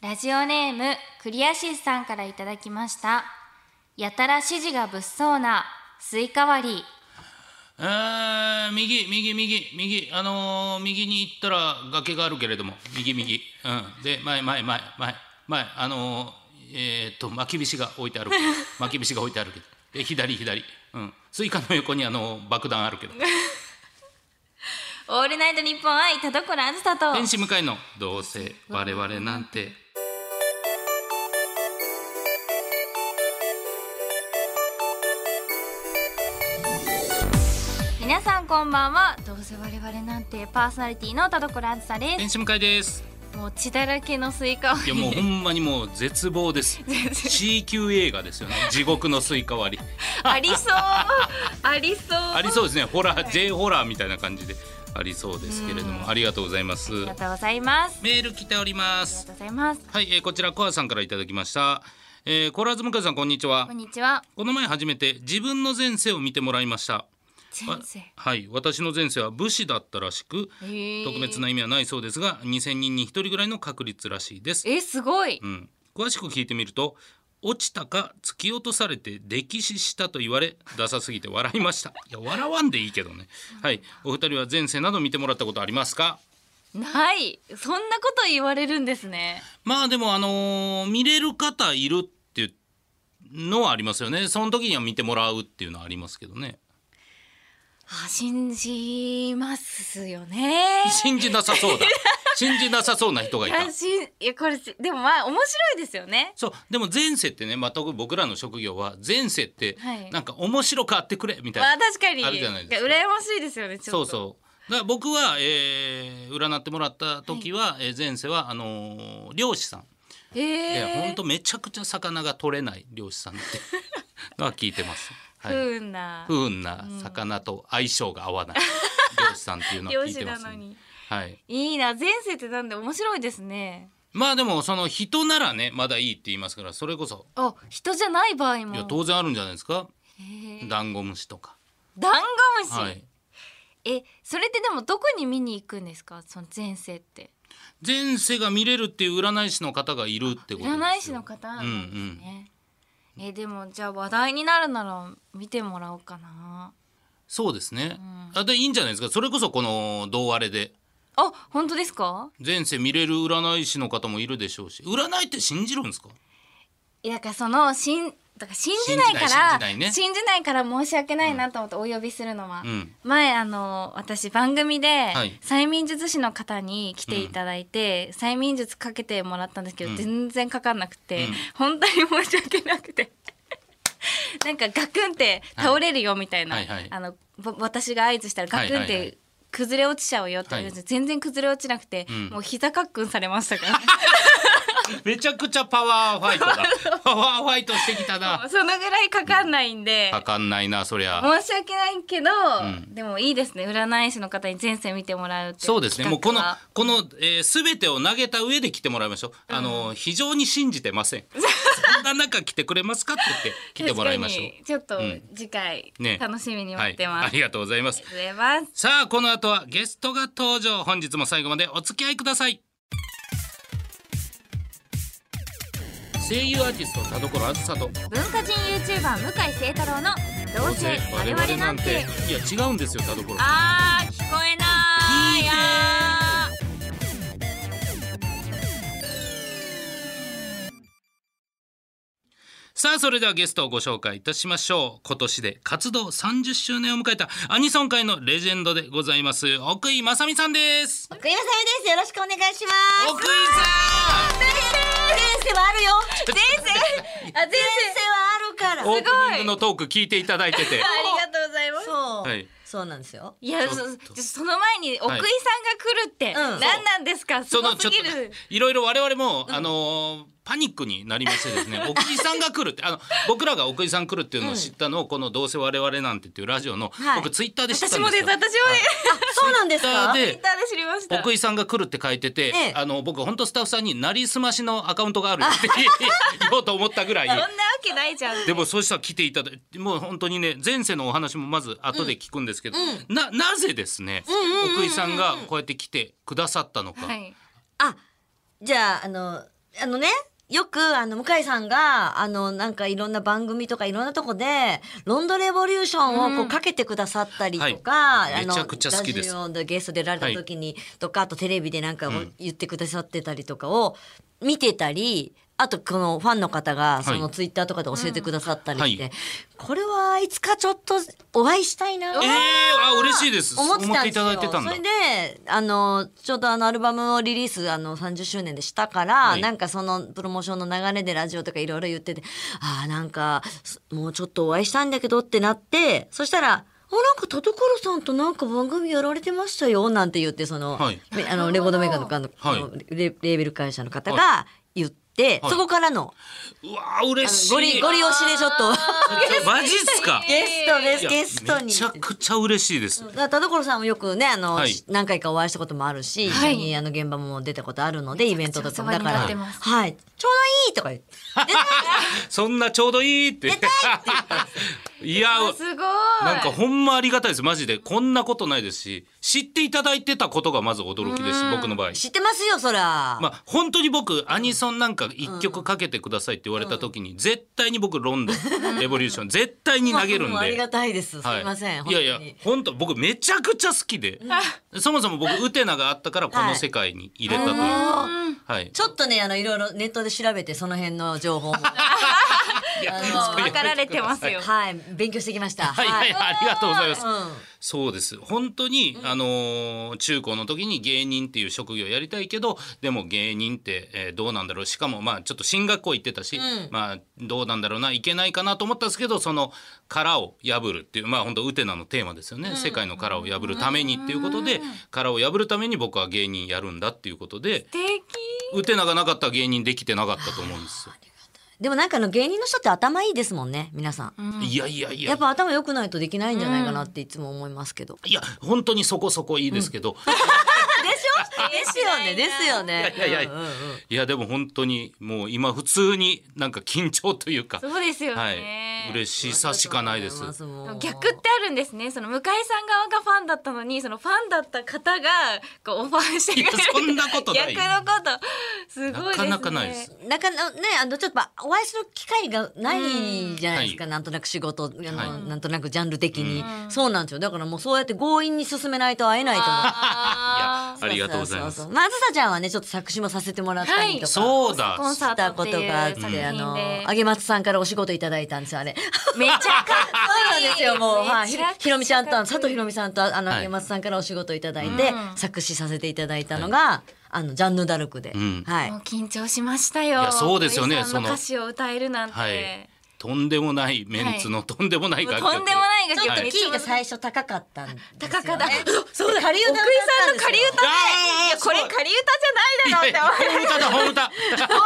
ラジオネームクリアシスさんからいただきましたやたら指示が物騒なスイカ割りあー右右右右あのー右に行ったら崖があるけれども右右うんで前前前前前あのーえーっと巻き菱が置いてあるけ ど巻き菱が置いてあるけどで左左うんスイカの横にあのー爆弾あるけどオールナイトニッポン愛田所あずさと天使向かいのどうせ我々なんて皆さんこんばんはどうせ我々なんてパーソナリティの田所あずさで天使向かいですすもう血だらけのスイカい 割やりもうほんまにもう絶望です C 級映画ですよね地獄のスイカ割りありそうありそうありそうですねホラー J ホラーみたいな感じでありそうですけれどもありがとうございますありがとうございますメール来ておりまありがすとうございますはい、えーこちらコアさんからいただきました、えー、コアラーズ向井さんこんにちはこんにちはこの前初めて自分の前世を見てもらいました先生はい私の前世は武士だったらしく特別な意味はないそうですが2000人に1人ぐらいの確率らしいですえすごいうん、詳しく聞いてみると落ちたか突き落とされて溺死したと言われダサすぎて笑いましたいや笑わんでいいけどねはいお二人は前世など見てもらったことありますかないそんなこと言われるんですねまあでもあのー見れる方いるっていうのはありますよねその時には見てもらうっていうのはありますけどねあ信じますよね信じなさそ うだ信じなさそうな人がいいたやしいやこれしでもまあ面白いですよねそうでも前世ってね、まあ、特に僕らの職業は前世ってはいなんか面白くあってくれみたいな、まあ確かにあるじゃないですか羨ましいですよねちょっとそうそう。だから僕は、えー占ってもらった時は、えー前世はあのー漁師さん。うえええ本当めちゃくちゃ魚が取れない漁師さんって のは聞いてます。は不い。運な不運な魚と相性が合わない漁師さんっていうのは漁聞い師てまなす、のにはい。いいな前世ってなんで面白いですねまあでもその人ならねまだいいって言いますからそれこそあ人じゃない場合いやも当然あるんじゃないですか。へーダンゴムシとか。ダンゴムシ、はい。えそれってでもどこに見に行くんですかその前世って前世が見れるっていう占い師の方がいるってことですよ。占い師の方なんですね、えでもじゃあ話題になるなら見てもらおうかなそうですね。あでいいんじゃないですか。それこそこの胴割れであ本当ですか前世見れる占い師の方もいるでしょうし、占いって信じるんですか。いやだからそのしんだから信じないから信じない信じないねないから申し訳ないなと思ってお呼びするのは、うん前あの私番組で、はい催眠術師の方に来ていただいて、催眠術かけてもらったんですけど、うん全然かかんなくて、うん本当に申し訳なくて なんかガクンって倒れるよみたいな、はいはいはいあのぼ私が合図したらガクンっはいはいはてい崩れ落ちちゃうよって言うんですよ全然崩れ落ちなくて、んもう膝かっくんされましたから。めちゃくちゃパワーファイトだ。 パワーファイトしてきたな。そのぐらいかかんないんで、かかんないな、そりゃ。申し訳ないけど、んでもいいですね占い師の方に前世見てもらうっていそうですね。もうこの企このえーすべ、てを投げた上で来てもらいましょう。あの非常に信じてま せん。そんな中来てくれますかって言って来画はてもらいましょう確かにちょっとうん次回、ね楽しみに。は待っい、てます、ありがとうございます。ありがとうございますさあこの後はゲストが登場本日も最後までお付き合いください声優アーティスト田所あずさと文化人 YouTuber 向井聖太郎の「どうせ我々なんていや違うんですよ田所」あー聞こえないいいねあーさあそれではゲストをご紹介いたしましょう今年で活動30周年を迎えたアニソン界のレジェンドでございます奥井正美さんです奥井さゆです。よろしくお願いします。奥井さん前世はあるよ。前世あ前世前世はあるから。オープニングのトーク聞いていただいててありがとうございますそう、はいそうなんですよ。いやそちょっとそその前に奥井さんが来るって、はいう何んなんですかすそごのちすょっぎとねるいろいろ我々も、あのーパニックになりましてで すね奥井さんが来るってあの僕らが奥井さん来るっていうのを知ったのを、この「どうせ我々なんて」っていうラジオの、はい僕ツイッターで知った私んでもすですよ私も。ですそうなんですか。でツイッターで知りました奥井さんが来るって書いてて、ええあの僕本当スタッフさんになりすましのアカウントがあるって言おうと思ったぐらいそんなわけないじゃんでもそうしたら来ていただいてもう本当にね前世のお話もまず後で聞くんですけど、ななぜですね、奥井さんがこうやって来てくださったのか、はいあ、じゃああのあのね、よく、あの、向井さんが、あの、なんかいろんな番組とかいろんなとこで、ロンドレボリューションをこうかけてくださったりとか、はいあの、めちゃくちゃ好きですラジオでゲスト出られた時に、とか、あとテレビでなんかを言ってくださってたりとかを見てたり、あとこのファンの方が、そのツイッターとかで教えてくださったりして、はいこれはいつかちょっとお会いしたいえなえあ嬉しいです。思思っっててたんいただいですよてたんだそれ。であのちょうどあのアルバムをリリースあの30周年でしたから、はいなんかそのプロモーションの流れでラジオとかいろいろ言っててあーなんかすもうちょっとお会いしたいんだけどってなってそしたら「あなんか田所さんとなんか番組やられてましたよ」なんて言ってその,め、はいあのレコードメーカーとかの、はいあのレレーベル会社の方が言って、はいそこからのうわー嬉しい。ゴリゴリ押しでちょっとマジっすか。ゲストでいすやゲストに。めちゃくちゃ嬉しいです。だから田所さんもよくねあの、はい何回かお会いしたこともあるし、はい一緒にあの現場も出たことあるのでイベントとかもめちゃくだちゃからお世話になっはいてちょうますどいいとか言ってそんなちょうどいいって。 いや、すごいなんかほんまありがたいです。マジでこんなことないですし、知っていただいてたことがまず驚きです。僕の場合。知ってますよそら、まあ、本当に僕アニソンなんか一曲かけてくださいって言われた時に、絶対に僕ロンドン レボリューション絶対に投げるんもうありでが。たいですすはいません、いやいや本当僕めちゃくちゃ好きで、そもそも僕ウテナがあったからこの世界に入れたという、あはのい、ちょっとねあのいろいろネットで調べてその辺の情報も いやあのそういう分かられてますよ。はい勉強してきましたはいはいはいありがとうございます。うんそうです本当に、あのー中高の時に芸人っていう職業やりたいけどでも芸人って、えーどうなんだろうしかもまあちょっと進学校行ってたし、まあどうなんだろうないけないかなと思ったんですけどその殻を破るっていうまあ本当ウテナのテーマですよね、世界の殻を破るためにっていうことで殻を破るために僕は芸人やるんだっていうことで素敵。ウテナがなかったら芸人できてなかったと思うんですよ。でもなんかあの芸人の人って頭いいですもんね皆さん、いやいやいややっぱ頭良くないとできないんじゃないかなっていつも思いますけど、いや本当にそこそこいいですけど、 ですよねですよねいやいやいやいやでも本当にもう今普通になんか緊張というかそうですよはいね。嬉しさしかないです。逆ってあるんですね。その向井さん側がファンだったのに、そのファンだった方がこうオファーしてくれいる。やそんなことない逆のことすごいなですかね。なかないです。なかなかねあのちょっとまあお会いする機会がないじゃないですか、うなんとなく仕事あの、はいなんとなくジャンル的に、そうなんですよだからもうそうやって強引に進めないと会えないと思うあありがとうございまそすそ。うそうまああずさちゃんはねちょっと作詞もさせてもらったりとか、そうーだ。コンサーしたトこってというがあっ作品てであのあげまつさんからお仕事いただいたんですよあれ めちゃか そうなんですよもう、めはい、ひちゃくちゃひろみちゃんとあの佐藤ひろみさんとああのはいあげまつさんからお仕事いただいて、作詞させていただいたのが、あのジャンヌ・ダルクで、んはいもう緊張しましたよ。いやそうですよね森さんのその歌詞を歌えるなんて。はい。とんでもないメンツのとんでもないもう楽曲。とんでもない楽ちょ曲っとはにいキーが最初高かったんですよ、ね。高かったそうだ。仮歌奥井ださったんのですよ仮歌で、いやこれ仮歌じゃないだろうって思い本歌だ本歌。本 歌でこ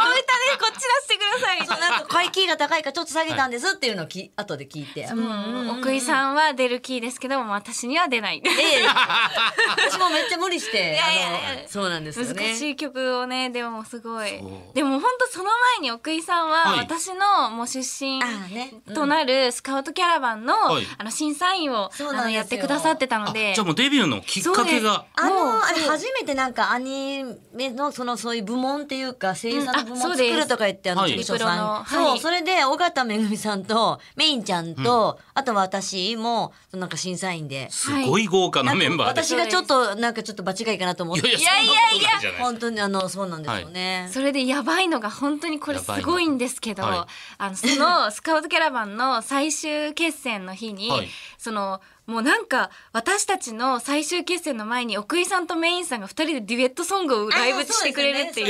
っち出してくださいみた そういなんか声キーが高いからちょっと下げたんですっていうのをき、後で聞 いて。うんな。奥井さんは出るキーですけども私には出ない。ええ私もめっちゃ無理して。やいやいやあのそうなんですよね。難しい曲をねでもすごいそうでも本当その前に奥井さんははい私のもう出身ああねうんとなるスカウトキャラバンのはいあの審査員をそうあなんですよのやってくださってたのあでじゃあもうデビューのきっかけが。あもうの、あれ初めてなんかアニメのそのそういう部門っていうか声優さんの部うん門あそう作でするとか言ってあのはい事務所リプロさのんそはういそれで尾形めぐみさんとメインちゃんとあと私もなんか審査員ですごい豪華なメンバーで。私がちょっとなんかちょっと場違いかなと思っいてやいやそんなことないじゃないですか本当にあのそうなんですよね。それでやばいのが本当にこれすごいんですけど、やばいのはあのそ のスカウトキャラバンの最終決戦の日に、はいそのもうなんか私たちの最終決戦の前に奥井さんとメインさんが二人でデュエットソングをライブしてくれるっていうあ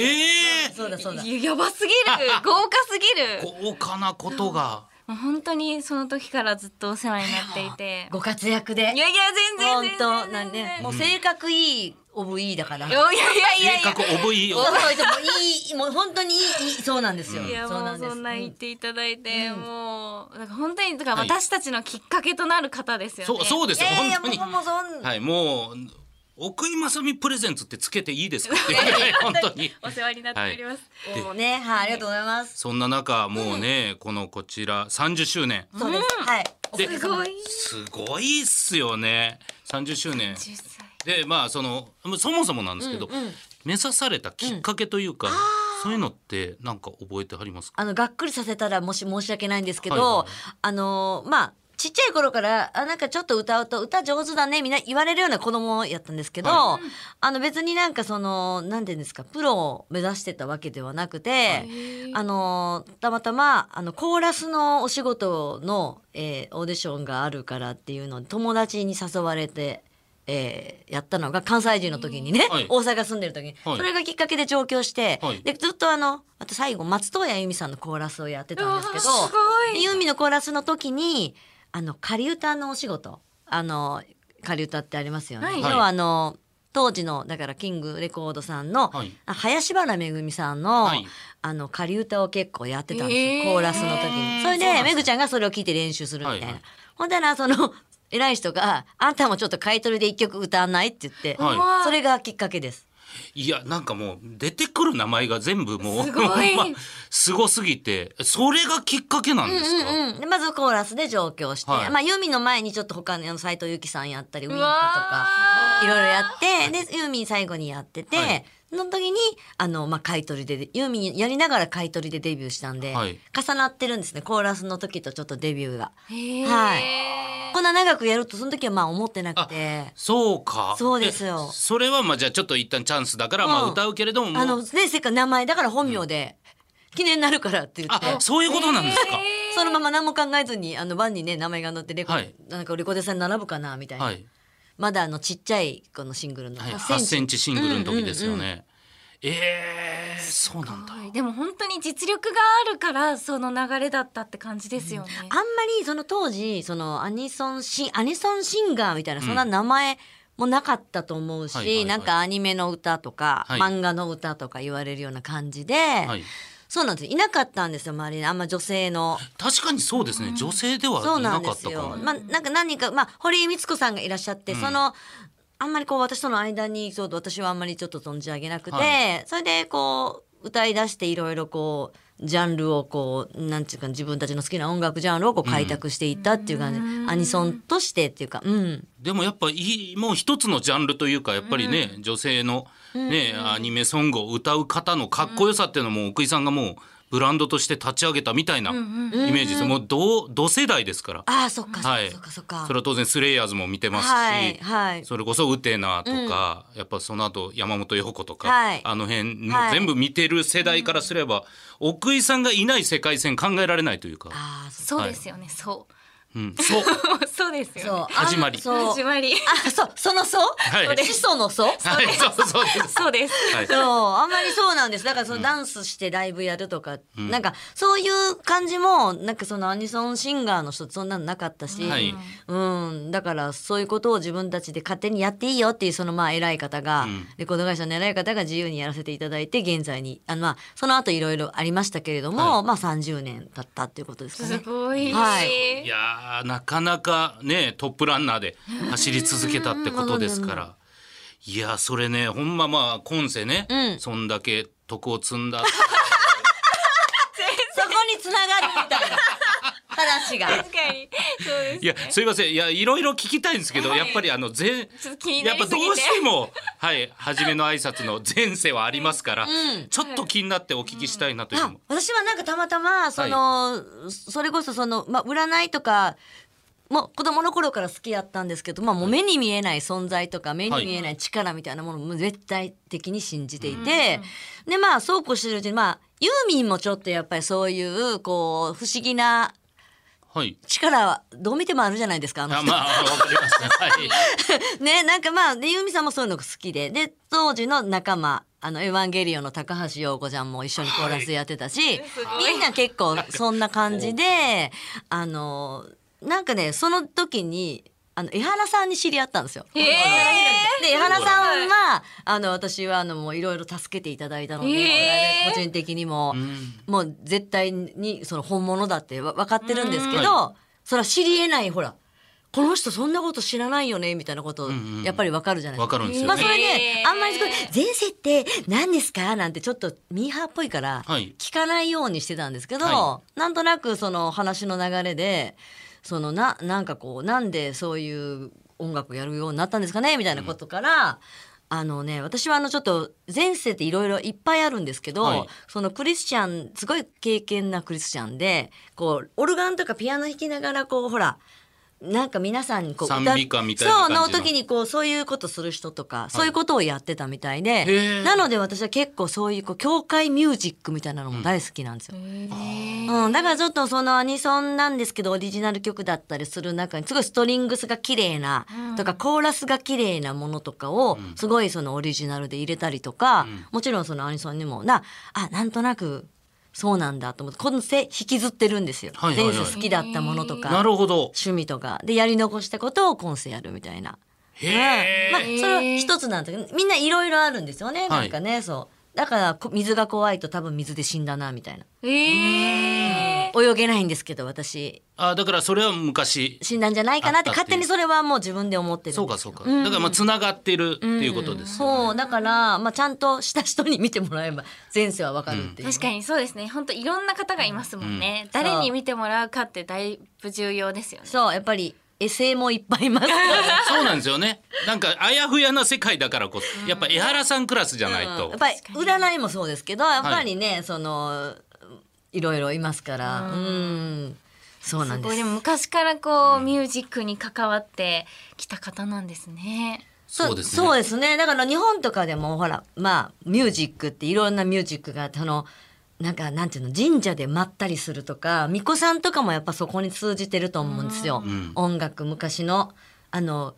ええそうだそうだ。いややばすぎる豪華すぎる豪華なことが。もう本当にその時からずっとお世話になっていてご活躍でい。やいや全然本全然当全な然んでもう性格いいオブいいだから。いやいやいや性いや格覚えよそう。そういいもう本当にいいいいそうなんですよ。いやそうもなうんです。そんな言っうんていただいて、もうなんか本当にだからはい私たちのきっかけとなる方ですよね。そうそうですいよやいや本当僕に。もそんはいもう奥井正美プレゼンツってつけていいです かっていうぐらい本当に。お世話になっております。もうねはいありがとうございます。そんな中もうね、このこちら30周年そうですはい。ですごい。すごいっすよね30周年10歳でまあそのそもそもなんですけど、目指されたきっかけというか、そういうのってなんか覚えてはりますかあの、がっくりさせたらもし申し訳ないんですけど、はいはいあのーまあ、ちっちゃい頃から、あ、なんかちょっと歌うと、歌上手だね、みんな言われるような子供やったんですけど、はあの別になんかその、なんていうんですか、プロを目指してたわけではなくて、あのーたまたま、あの、コーラスのお仕事の、えーオーディションがあるからっていうので、友達に誘われて、えーやったのが関西人の時にね、はい大阪住んでる時に、はいそれがきっかけで上京して、はいでずっとあのあと最後松任谷由実さんのコーラスをやってたんですけどうわーすごいで由実のコーラスの時にあの仮歌のお仕事あの仮歌ってありますよね。はい要はあの当時のだからキングレコードさんの、はいあ林原めぐみさんの,、はいあの仮歌を結構やってたんですよ、えーコーラスの時に。そそれうなんでですめぐちゃんがそれを聞いて練習するみたいな。はいはいほんだらその偉い人が「あんたもちょっと買い取りで一曲歌わない?」って言って、はいうわーそれがきっかけです。いやなんかもう出てくる名前が全部もうすごい まあすごすぎてそれがきっかけなんですか、うんうん、でまずコーラスで上京して、はいまあユーミンの前にちょっと他の斉藤由貴さんやったりウィンクとわかいろいろやってでユーミン最後にやってて、はいその時にあの、まあ、買い取りでユーミンやりながら買い取りでデビューしたんで、はい重なってるんですねコーラスの時とちょっとデビューが。へえはいこんな長くやるとその時はまあ思ってなくて。そうかそうですよえそれはまあじゃあちょっと一旦チャンスだからまうあん歌うけれどももうあのね、せっかく名前だから本名で、記念になるからって言ってあそういうことなんですか、そのまま何も考えずにあの番にね名前が載ってレコ、はいなんかレコーデさんに並ぶかなみたいな、はい、まだあのちっちゃいこのシングルのはい、 8 8センチセンチシングルの時ですようんうんね、えー、そうなんだはいでも本当に実力があるからその流れだったって感じですよね。あんまりその当時そのアニソンシンアニソンシンガーみたいなそんな名前もなかったと思うし、はいはいはいなんかアニメの歌とか、はい漫画の歌とか言われるような感じで、はいそうなんですよいなかったんですよ周りにあんま女性の確かにそうですね女性ではそういななんでかっすたかもよ。まあなんか何人かまあ堀井光子さんがいらっしゃって、そのあんまりこう私との間にちょっと私はあんまりちょっと存じ上げなくて、はそれでこう歌い出していろいろこうジャンルをこうなんていうか自分たちの好きな音楽ジャンルをこう開拓していったっていう感じ、アニソンとしてっていうかうんでもやっぱいいもう一つのジャンルというかやっぱりね、女性の、ねアニメソングを歌う方のかっこよさっていうのも奥井さんがもうブランドとして立ち上げたみたいなイメージです、もう同同世代ですから、ああそっかそっか、はいそっかそっかそれは当然スレイヤーズも見てますし、はいはいそれこそ「ウテナ」とか、やっぱその後山本陽子とか、はいあの辺はい全部見てる世代からすれば、奥井さんがいない世界線考えられないというか、ああそそうですよね。そうん、そううそうですうそうよね。あ始まりそう始まり。あそうそのそう、はいそれ始祖のそうはいそうそうです。そうです。はいそう、あんまりそうなんです。だからそのダンスしてライブやるとか、なんかそういう感じも、なんかそのアニソンシンガーの人ってそんなのなかったし、はいうん、だからそういうことを自分たちで勝手にやっていいよっていうそのまあ偉い方が、んレコード会社の偉い方が自由にやらせていただいて、現在に、あのまあ、その後いろいろありましたけれども、はまあ30年経ったっていうことですかすね。ごい。はいいやーなかなかねトップランナーで走り続けたってことですからいやーそれねほんままあ今世ね、うんそんだけ徳を積んだそこに繋がるみたいな話が。確かに。そうです。いやすいませんいやいろいろ聞きたいんですけど、はいやっぱりあの全ちょっと気になやっりすぱぎてどうしてもはい初めの挨拶の前世はありますから、んちょっと気になってお聞きしたいなというのあも、私はなんかたまたまその、それこそその、まあ、占いとかもう子供の頃から好きだったんですけど、まあ、もう目に見えない存在とか目に見えない力みたいなものも絶対的に信じていて、でまあそうこうしてるうちに、まあ、ユーミンもちょっとやっぱりそういうこう不思議なはい力はどう見てもあるじゃないですかあのあ人まあ わかりましたはいね、なんかまあ、で、ゆみさんもそういうのが好きで、で、当時の仲間、あの、エヴァンゲリオンの高橋洋子ちゃんも一緒にコーラスやってたし、みんな結構そんな感じで、あの、なんかね、その時に、あの、江原さんに知り合ったんですよ。えで、江原さんは、あの、私は、あの、もういろいろ助けていただいたので、えー個人的にも、もう絶対に、その本物だってわ分かってるんですけうんど、それは知り得ない、ほら、この人そんなこと知らないよね、みたいなこと、やっぱり分かるじゃないですわか。かるんですよね、まあそれねへ、ーあんまりすごい、前世って何ですかなんてちょっとミーハーっぽいから、はい聞かないようにしてたんですけど、はなんとなくその話の流れで、そのな、なんかこう、なんでそういう音楽やるようになったんですかねみたいなことから、あのね、私はあのちょっと前世っていろいろいっぱいあるんですけど、はいそのクリスチャン、すごい経験なクリスチャンで、こう、オルガンとかピアノ弾きながら、こう、ほら、なんか皆さんにこう歌う賛美歌みたいな感じのそうの時にこうそういうことする人とか、そういうことをやってたみたいへでーなので私は結構そういうこう教会ミュージックみたいなのも大好きなんですよ、うん、だからちょっとそのアニソンなんですけどオリジナル曲だったりする中にすごいストリングスが綺麗なとか、コーラスが綺麗なものとかをすごいそのオリジナルで入れたりとか、もちろんそのアニソンにもなあなんとなくそうなんだと思ってこのせ引きずってるんですよ、はいはいはい前世好きだったものとかなるほど。趣味とかでやり残したことを今世やるみたいな。へうんまあ、そえ。れは一つなんだけどみんないろいろあるんですよねはいなんかね、そうだからこ水が怖いと多分水で死んだなみたいなええ泳げないんですけど私あ、だからそれは昔。死んだんじゃないかなってあったっ勝ていう手にそれはもう自分で思ってるんですそうかそうか。だからまあ繋がってるっていうことですよね。そうだから、まあ、ちゃんとした人に見てもらえば 前世はわかるっていう、確かにそうですね本当いろんな方がいますもんね、誰に見てもらうかってだいぶ重要ですよねそうやっぱり SA もいっぱいいますからそうなんですよね。なんかあやふやな世界だからこそ、やっぱ江原さんクラスじゃないと。やっぱり占いもそうですけどやっぱりね、そのいろいろいますからうんそうなすんでごいすでも昔からこうミュージックに関わってきた方なんですねそうですそうね。ですねだから日本とかでもほらまあミュージックっていろんなミュージックがあってあのなんかなんていうの神社でまったりするとか巫女さんとかもやっぱそこに通じてると思うんですよ、音楽昔のあの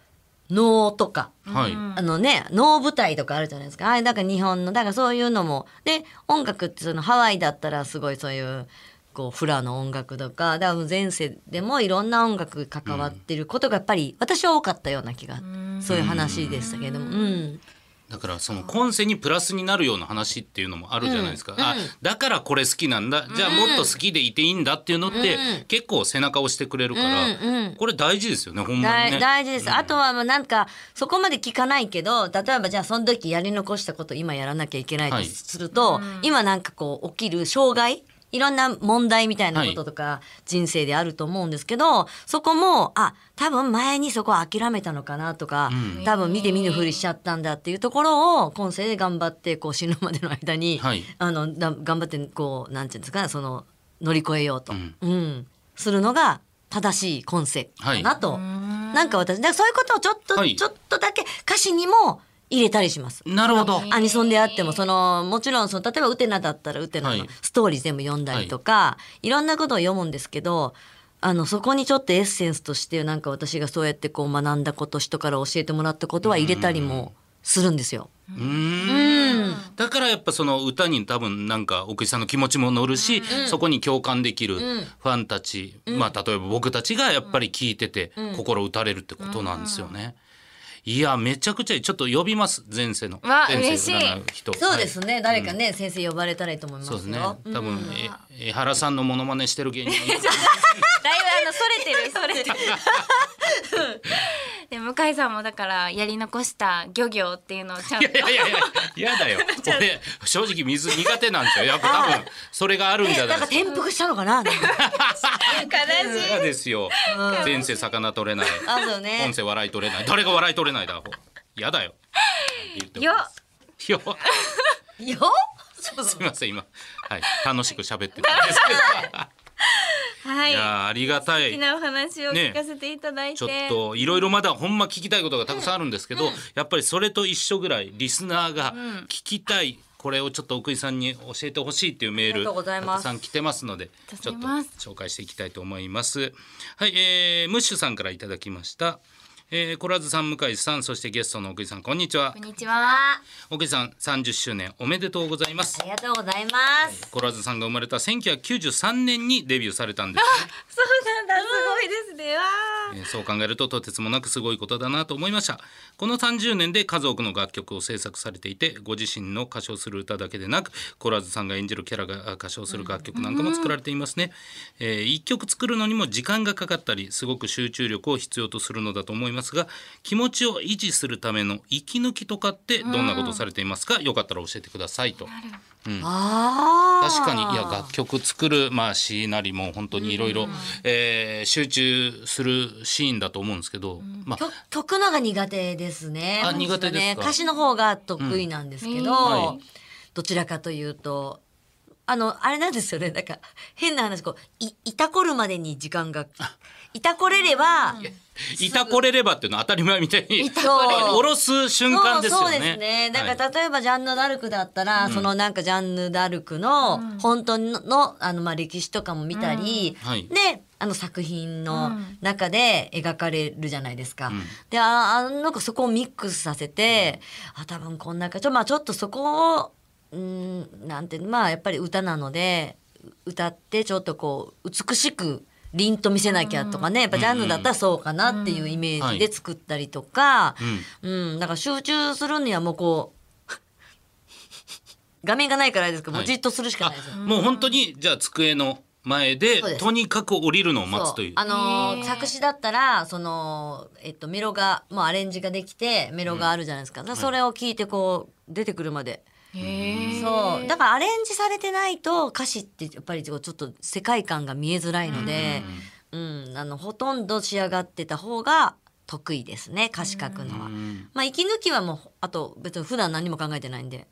能とか。はい。あのね、能舞台とかあるじゃないですか。あれ、だから日本の、だからそういうのも。で、音楽ってそのハワイだったらすごいそういう、こう、フラの音楽とか、だから前世でもいろんな音楽関わってることがやっぱり私は多かったような気が、そういう話でしたけれども。うん。だからその今世にプラスになるような話っていうのもあるじゃないですか、あだからこれ好きなんだじゃあもっと好きでいていいんだっていうのって結構背中を押してくれるから、これ大事ですよねほんま大にね大事です。あとは、まあなんか、そこまで聞かないけど、例えばじゃあその時やり残したこと今やらなきゃいけないはいとすると、今なんかこう起きる障害いろんな問題みたいなはいこととか人生であると思うんですけど、そこも、あ、多分前にそこは諦めたのかなとか、多分見て見ぬふりしちゃったんだっていうところを、今世で頑張って、こう死ぬまでの間に、はいあの、だ頑張って、こう、なんていうんですかね、その、乗り越えようと、うん、するのが正しい今世かなと、なんか私だからそういうことをちょっと、はいちょっとだけ歌詞にも入れたりします。なるほどアニソンであってもそのもちろんその例えば「ウテナ」だったら「ウテナ」はのいストーリー全部読んだりとか、い、ろんなことを読むんですけどあのそこにちょっとエッセンスとしてなんか私がそうやってこう学んだこと人から教えてもらったことは入れたりもするんですよ。うーんだからやっぱその歌に多分なんか奥井さんの気持ちも乗るし、そこに共感できるファンたち、まあ例えば僕たちがやっぱり聞いてて心打たれるってことなんですよね。いやめちゃくちゃいいちょっと呼びます前世のわ前世を嬉しい占う人そうですね、はい誰かね、先生呼ばれたらいいと思いますそうよ。ですね。多分、え江原さんのモノマネしてる芸人。だいぶあのそれてるそれてる で向井さんもだからやり残した漁業っていうのをちゃんいとやいやいやいや、嫌だよ。俺、正直水苦手なんですよ。やっぱ多分、それがあるんじゃえな なでいんかすか。転覆したのかな。悲しい嫌ですよ。前世魚取れない。あるよね今世笑い取れない。誰が笑い取れないだ。ほ嫌だよ。言っておきよます よ。よ。すみません、今。はい、楽しく喋 ってたんですけど。はいいやー、ありがた好きい。なお話を聞かせていただいちて、ょっといろいろまだほんま聞きたいことがたくさんあるんですけど、やっぱりそれと一緒ぐらいリスナーが聞きたい、これをちょっと奥井さんに教えてほしいっていうメーあルりがとうござたいますくさん来てますのでりがちとょうっごとざいます紹介していきたいと思います。はい、えー、ムッシュさんからいただきました。えー、コラズさん向井さんそしてゲストの奥井さんこんにちはこんにちは奥井さん30周年おめでとうございます ありがとうございます。コラズさんが生まれた1993年にデビューされたんですねそうなんだすごいですねわーえーそう考えるととてつもなくすごいことだなと思いましたこの30年で数多くの楽曲を制作されていてご自身の歌唱する歌だけでなくコラーズさんが演じるキャラがあ歌唱する楽曲なんかも作られていますね、え1曲作るのにも時間がかかったりすごく集中力を必要とするのだと思いますますが気持ちを維持するための息抜きとかってどんなことをされていますか、よかったら教えてくださいとああ確かにいや楽曲作る、まあ、詩なりも本当にいろいろえー集中するシーンだと思うんですけど、まあ、曲曲のが苦手ですね。あ苦手ですかね歌詞の方が得意なんですけど、うんはどちらかというと、あの、あれなんですよね。なんか、変な話、こう、い、いたこるまでに時間が、いたこれれば、いたこれればっていうのは当たり前みたいにいたこれれば 下ろす瞬間ですよね。そうそうですね。だはかいら例えばジャンヌ・ダルクだったら、そのなんかジャンヌ・ダルクの本当の,、あのまあ歴史とかも見たり、うんはいであの作品うのん中で描かれるじゃないですか。んでああなんかそこをミックスさせて、あ多分こんなかちょ,、まあ、ちょっとそこをうんなんてまあやっぱり歌なので歌ってちょっとこう美しく凛と見せなきゃとかね、やっぱジャンヌだったらそうかなっていうイメージで作ったりとか、うん、だから集中するにはもう こう、画面がないからあれですけど、はいもうじっとするしかないですよ。あもう本当にじゃあ机の前でそうですとにかく降りるのを待そつというあのへーー作詞だったらその、えっと、メロがもうアレンジができてメロがあるじゃないですか,、それを聞いてこう出てくるまで、へえそうだからアレンジされてないと歌詞ってやっぱりちょっと世界観が見えづらいので、うんあのほとんど仕上がってた方が得意ですね歌詞書くのは。うんまあ息抜きはもうあと別に普段何も考えてないんで。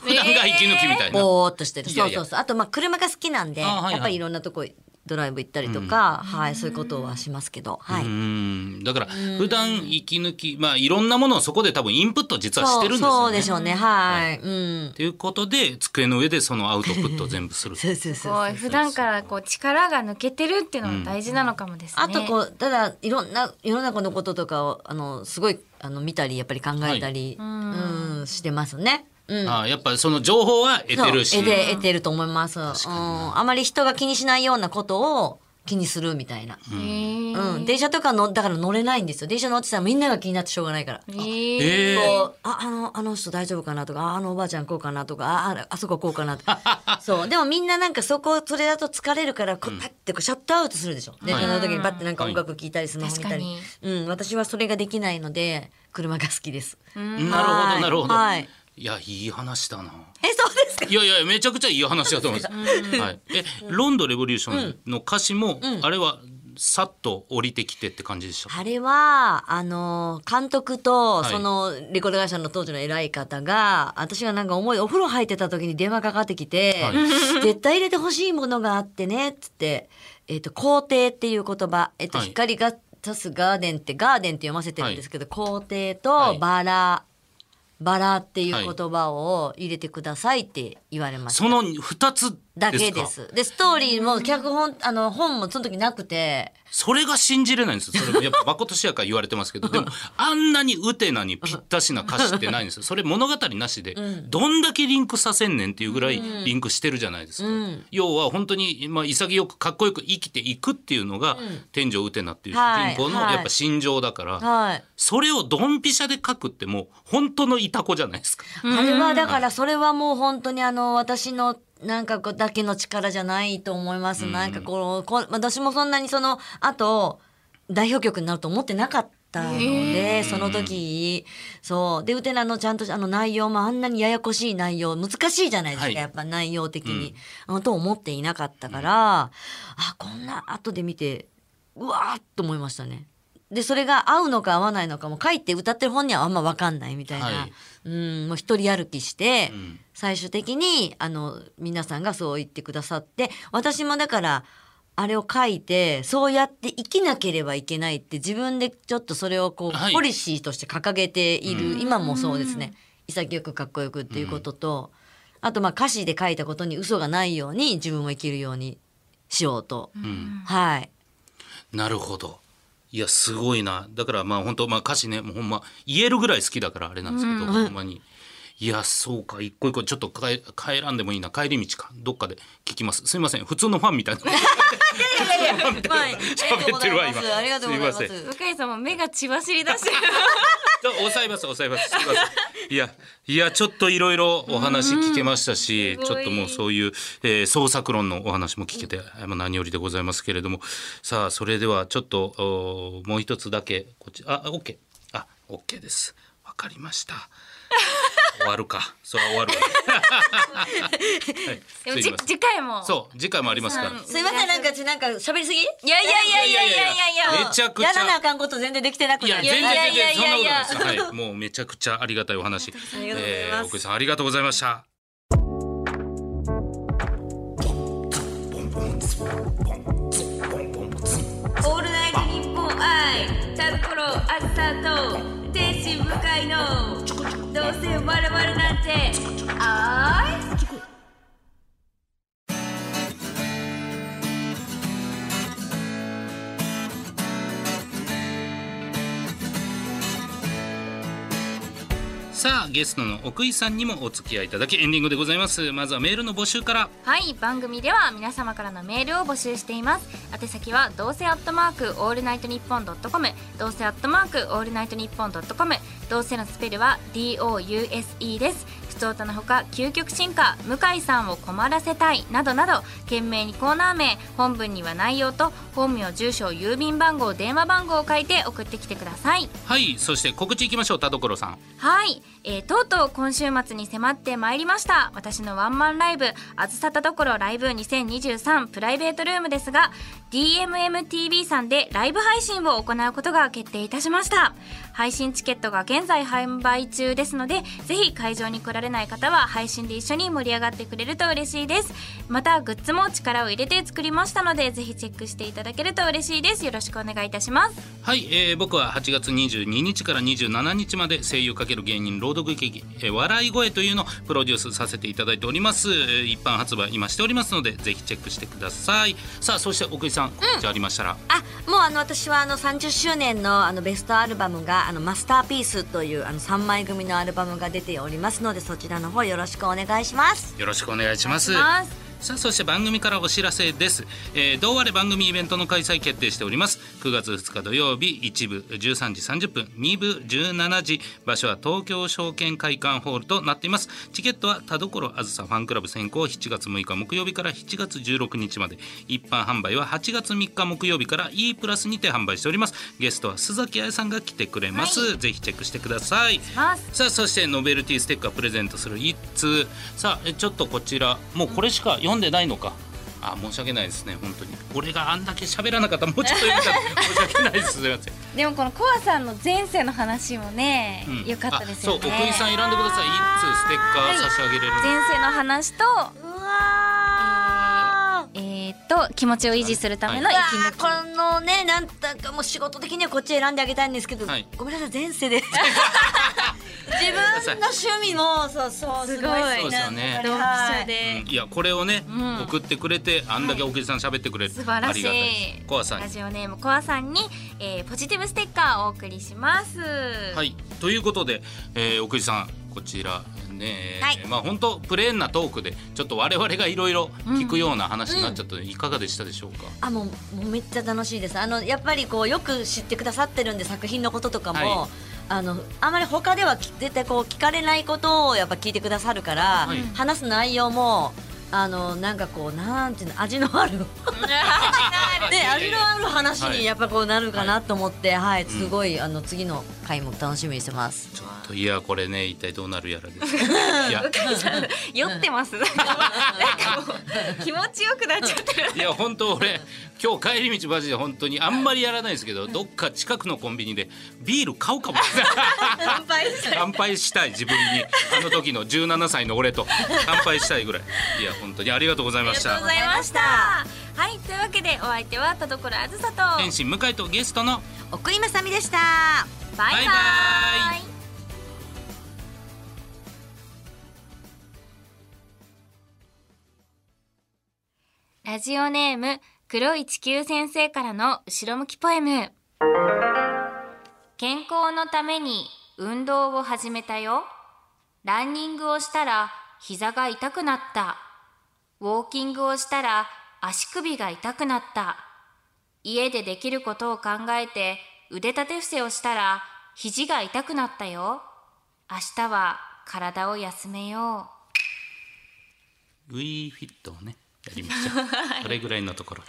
普段が息抜きみたいな、ぼーっとしてる。いやそいうやそうそう。あとまあ車が好きなんで、あはいはいやっぱりいろんなとこドライブ行ったりとか、はいそういうことはしますけど、はい。うんだから普段息抜きまあいろんなものをそこで多分インプット実はしてるんですそうそようねでしょうね。はい。うん。ということで机の上でそのアウトプットを全部するそうそうすそう。ごい普段からこう力が抜けてるっていうのも大事なのかもですね。あとこうただいろんな世の中のこととかをあのすごいあの見たりやっぱり考えたり、うんしてますね。うん。ああやっぱりその情報は得てるしそう得て得てると思います。うん。あまり人が気にしないようなことを気にするみたいな。う、へえうん。電車とかのだから乗れないんですよ。電車乗ってたらみんなが気になってしょうがないから。へえええこうああのあの人大丈夫かなとかああのおばあちゃんこうかなとかあああそここうかなとかそうでもみんななんかそこそれだと疲れるからこうパッてこうシャットアウトするでしょ、ではいその時にパッてなんか音楽聴いたりスマホ見たり、確うん、私はそれができないので車が好きです。うんなるほはどいなるほど、はいい、やいい話だな えそうですかいやいやめちゃくちゃいい話だと思います、はい、えロンドレボリューションの歌詞も、あれはさっと降りてきてって感じでしたかあれはあの監督とそのレコード会社の当時の偉い方が、私がなんか思いお風呂入ってた時に電話かかってきて「はい 絶対入れてほしいものがあってね」っつって「えっと皇帝」っていう言葉、えっとはい光が差すガーデンってガーデンって読ませてるんですけど、皇帝とバラ、バラっていう言葉を入れてくださいって言われました。その二つだでけすかです。で、ストーリーも脚本、あの、本もその時なくて、それが信じれないんですよ。それも やっぱまことしやか言われてますけど、でもあんなにウテナにぴったしな歌詞ってないんですよ。それ物語なしで、どんだけリンクさせんねんっていうぐらいリンクしてるじゃないですか。要は本当にまあ潔くかっこよく生きていくっていうのが、天井ウテナっていう主人公のはいはいやっぱ心情だから、はい。それをドンピシャで書くってもう本当のいたこじゃないです か。あれはだからそれはもう本当にあの私のなんかこうだけの力じゃないと思います。なんかこうこう私もそんなにその後代表曲になると思ってなかったのでその時そうでウテナのちゃんとあの内容もあんなにややこしい内容難しいじゃないですか、はいやっぱ内容的に、あのと思っていなかったから、あこんな後で見てうわーっと思いましたね。でそれが合うのか合わないのかも書いて歌ってる本にはあんま分かんないみたいな、はいうん、もう一人歩きして、ん最終的にあの皆さんがそう言ってくださって私もだからあれを書いてそうやって生きなければいけないって自分でちょっとそれをこう、はいポリシーとして掲げている、今もそうですね潔くかっこよくっていうことと、あとまあ歌詞で書いたことに嘘がないように自分も生きるようにしようと、 はいなるほど。いやすごいなだからまあ本当まあ歌詞ねもうほんま言えるぐらい好きだからあれなんですけど、ほんまにいやそうか一個一個ちょっと帰帰らんでもいいな帰り道かどっかで聞きますすいません普通のファンみたいなはい、喋ってるわ今ありがとうございますす。いませい向井さんも目が血走り出 してちょ抑えます抑えますすいませんいやいやちょっといろいろお話聞けましたし、うんすちごょいっともうそういう、えー創作論のお話も聞けて、まあ何よりでございますけれどもさあそれではちょっとおもう一つだけこっちあ OK あ OK ですわかり ました終わるかそれは終わるわ、 でもはい、すいじません次回もそう次回もありますからうんすいません、なんかち、なんか喋りすぎ。いやいやいやいやいやいやいやめちゃくちゃやらなあかんこと全然できてなくいやな全る。然いやいやい全然そんなやこいとないやですはいもうめちゃくちゃありがたいお話ありがとうございますえー奥井さんありがとうございましたオールナイトニッポン愛タルコロアスターと天使向かいのどうせ我々なんてあーいさあゲストの奥井さんにもお付き合いいただきエンディングでございますまずはメールの募集からはい番組では皆様からのメールを募集しています宛先はどうせアットマークオールナイトニッポンドットコムどうせアットマークオールナイトニッポンドットコムどうせのスペルは DOUSE です不調たのほか究極進化向井さんを困らせたいなどなど懸命にコーナー名本文には内容と本名住所郵便番号電話番号を書いて送ってきてくださいはいそして告知いきましょう田所さんはい、えー、とうとう今週末に迫ってまいりました私のワンマンライブ「あずさたどころライブ2023プライベートルーム」ですが DMMTV さんでライブ配信を行うことが決定いたしました配信チケットが現在販売中ですのでぜひ会場に来られない方は配信で一緒に盛り上がってくれると嬉しいですまたグッズも力を入れて作りましたのでぜひチェックしていただけると嬉しいですよろしくお願いいたしますはい、えー僕は8月22日から27日まで声優×芸人朗読劇、えー笑い声というのをプロデュースさせていただいております、えー一般発売今しておりますのでぜひチェックしてくださいさあそして奥井さん告知ありましたら、あもうあの私はあの30周年のあのベストアルバムが「あのマスターピース」というあの3枚組のアルバムが出ておりますのでそちらの方よろしくお願いします。よろしくお願いしますお願いしまさあそして番組からお知らせです、えー、どうあれ番組イベントの開催決定しております9月2日土曜日一部13時30分2部17時場所は東京証券会館ホールとなっていますチケットは田所あずさファンクラブ選考7月6日木曜日から7月16日まで一般販売は8月3日木曜日から E プラスにて販売しておりますゲストは須崎彩さんが来てくれます、ぜひチェックしてくださいますさあそしてノベルティステッカープレゼントする一通さあえちょっとこちらもうこれしか読んでないのかあ申し訳ないですね本当に俺があんだけ喋らなかったらもうちょっと読みた かった申し訳ないですすいませんでもこのコアさんの前世の話もねうん良、かったですよねあそう奥井さん選んでください一通ステッカー差し上げれる前世の話とうわえーーっと気持ちを維持するためのは息い抜き、このねなんだかもう仕事的にはこっち選んであげたいんですけど、はいごめんなさい前 世で自分の趣味もそうそうすごいそうですよね同期は者いで、うんいやこれをね、ん送ってくれてあんだけ奥井さん喋ってくれる、素晴らしいありがたいですコアさんにラジオネームコアさんに、えーポジティブステッカーをお送りしますはいい、ということで、えー、奥井さんこちらね、はいまあ本当プレーンなトークでちょっと我々がいろいろ聞くような話になっちゃったので、いかがでしたでしょうか、あもうもうめっちゃ楽しいですあのやっぱりこうよく知ってくださってるんで作品のこととかも、はいあのあまり他ではき絶対こう聞かれないことをやっぱ聞いてくださるから、い話す内容もあのなんかこうなんていうの味のあるね味のある話はいにやっぱこうなるかなと思ってはい、すごい、あの次の回も楽しみにして ます。ちょっといやこれね一体どうなるや らですいや 酔ってますなんかもう気持ちよくなっちゃって るいや本当俺今日帰り道マジで本当にあんまりやらないですけどどっか近くのコンビニでビール買うかもし れない乾杯した乾杯したい自分にあの時の17歳の俺と乾杯したいぐらいいや本当にありがとうございましありがとうごたざいましたはいというわけでお相手は田所あずさとバイ天心向井とゲストの奥井まさみでした。ババイバイラジオネーム黒い地球先生からの後ろ向きポエム健康のために運動を始めたよランニングをしたら膝が痛くなった。ウォーキングをしたら足首が痛くなった。家でできることを考えて腕立て伏せをしたら肘が痛くなったよ。明日は体を休めよウィーフィットをねやりましょうそれぐらいのところ